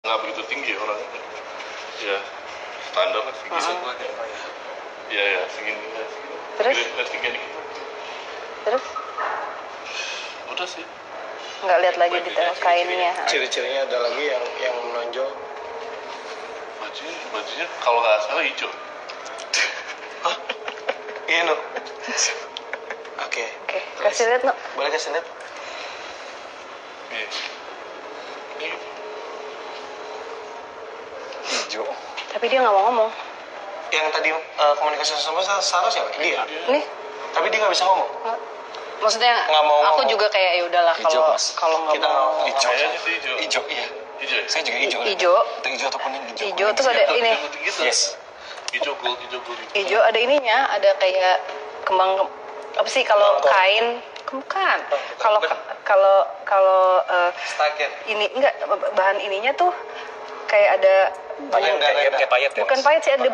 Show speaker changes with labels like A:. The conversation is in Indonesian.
A: nggak begitu tinggi orangnya ya standar lah segini
B: Ah.
A: lah ya. ya ya segini ya segini
B: Terus?
A: Gede- gede tinggi dikit.
B: Terus
A: udah sih
B: nggak lihat lagi detail kainnya.
C: Ciri-cirinya ada lagi yang yang menonjol.
A: bajunya bajunya kalau nggak salah hijau
C: Iya, no. Oke,
B: Oke, kasih lihat no.
C: boleh kasih lihat?
A: iya Ini gitu.
C: Hijau.
B: Tapi dia nggak mau ngomong.
C: Yang tadi eh, komunikasi sama Sa- Sarah siapa? Dia.
B: Nih,
C: Tapi dia nggak bisa ngomong.
B: nggak- maksudnya
C: Nggak mau
B: aku
C: ngomong.
B: juga kayak ya udahlah kalau
C: Hijau, Mas.
B: kalau nggak
C: Kita
B: mau.
C: nggak- Hijau.
A: kayaknya sih hijau
C: Hijau, iya.
A: hijau ya?
C: Saya juga hijau.
B: Hijau,
C: Ada hijau atau kuning? Hijau.
B: hijau
C: kuning.
B: terus ada ini.
A: Yang putih gitu.
C: Yes.
A: hijau gold hijau gold gitu.
B: Hijau ada ininya, ada kayak kembang apa sih kalau
C: Kembang kol.
B: kain? Bukan.
C: bukan.
B: Kalau kalau kalau eh,
C: Staket.
B: ini enggak bahan ininya tuh kayak ada
C: Payet, kayak- kayak payet ya,
B: bukan
C: Mas?
B: pahit sih ada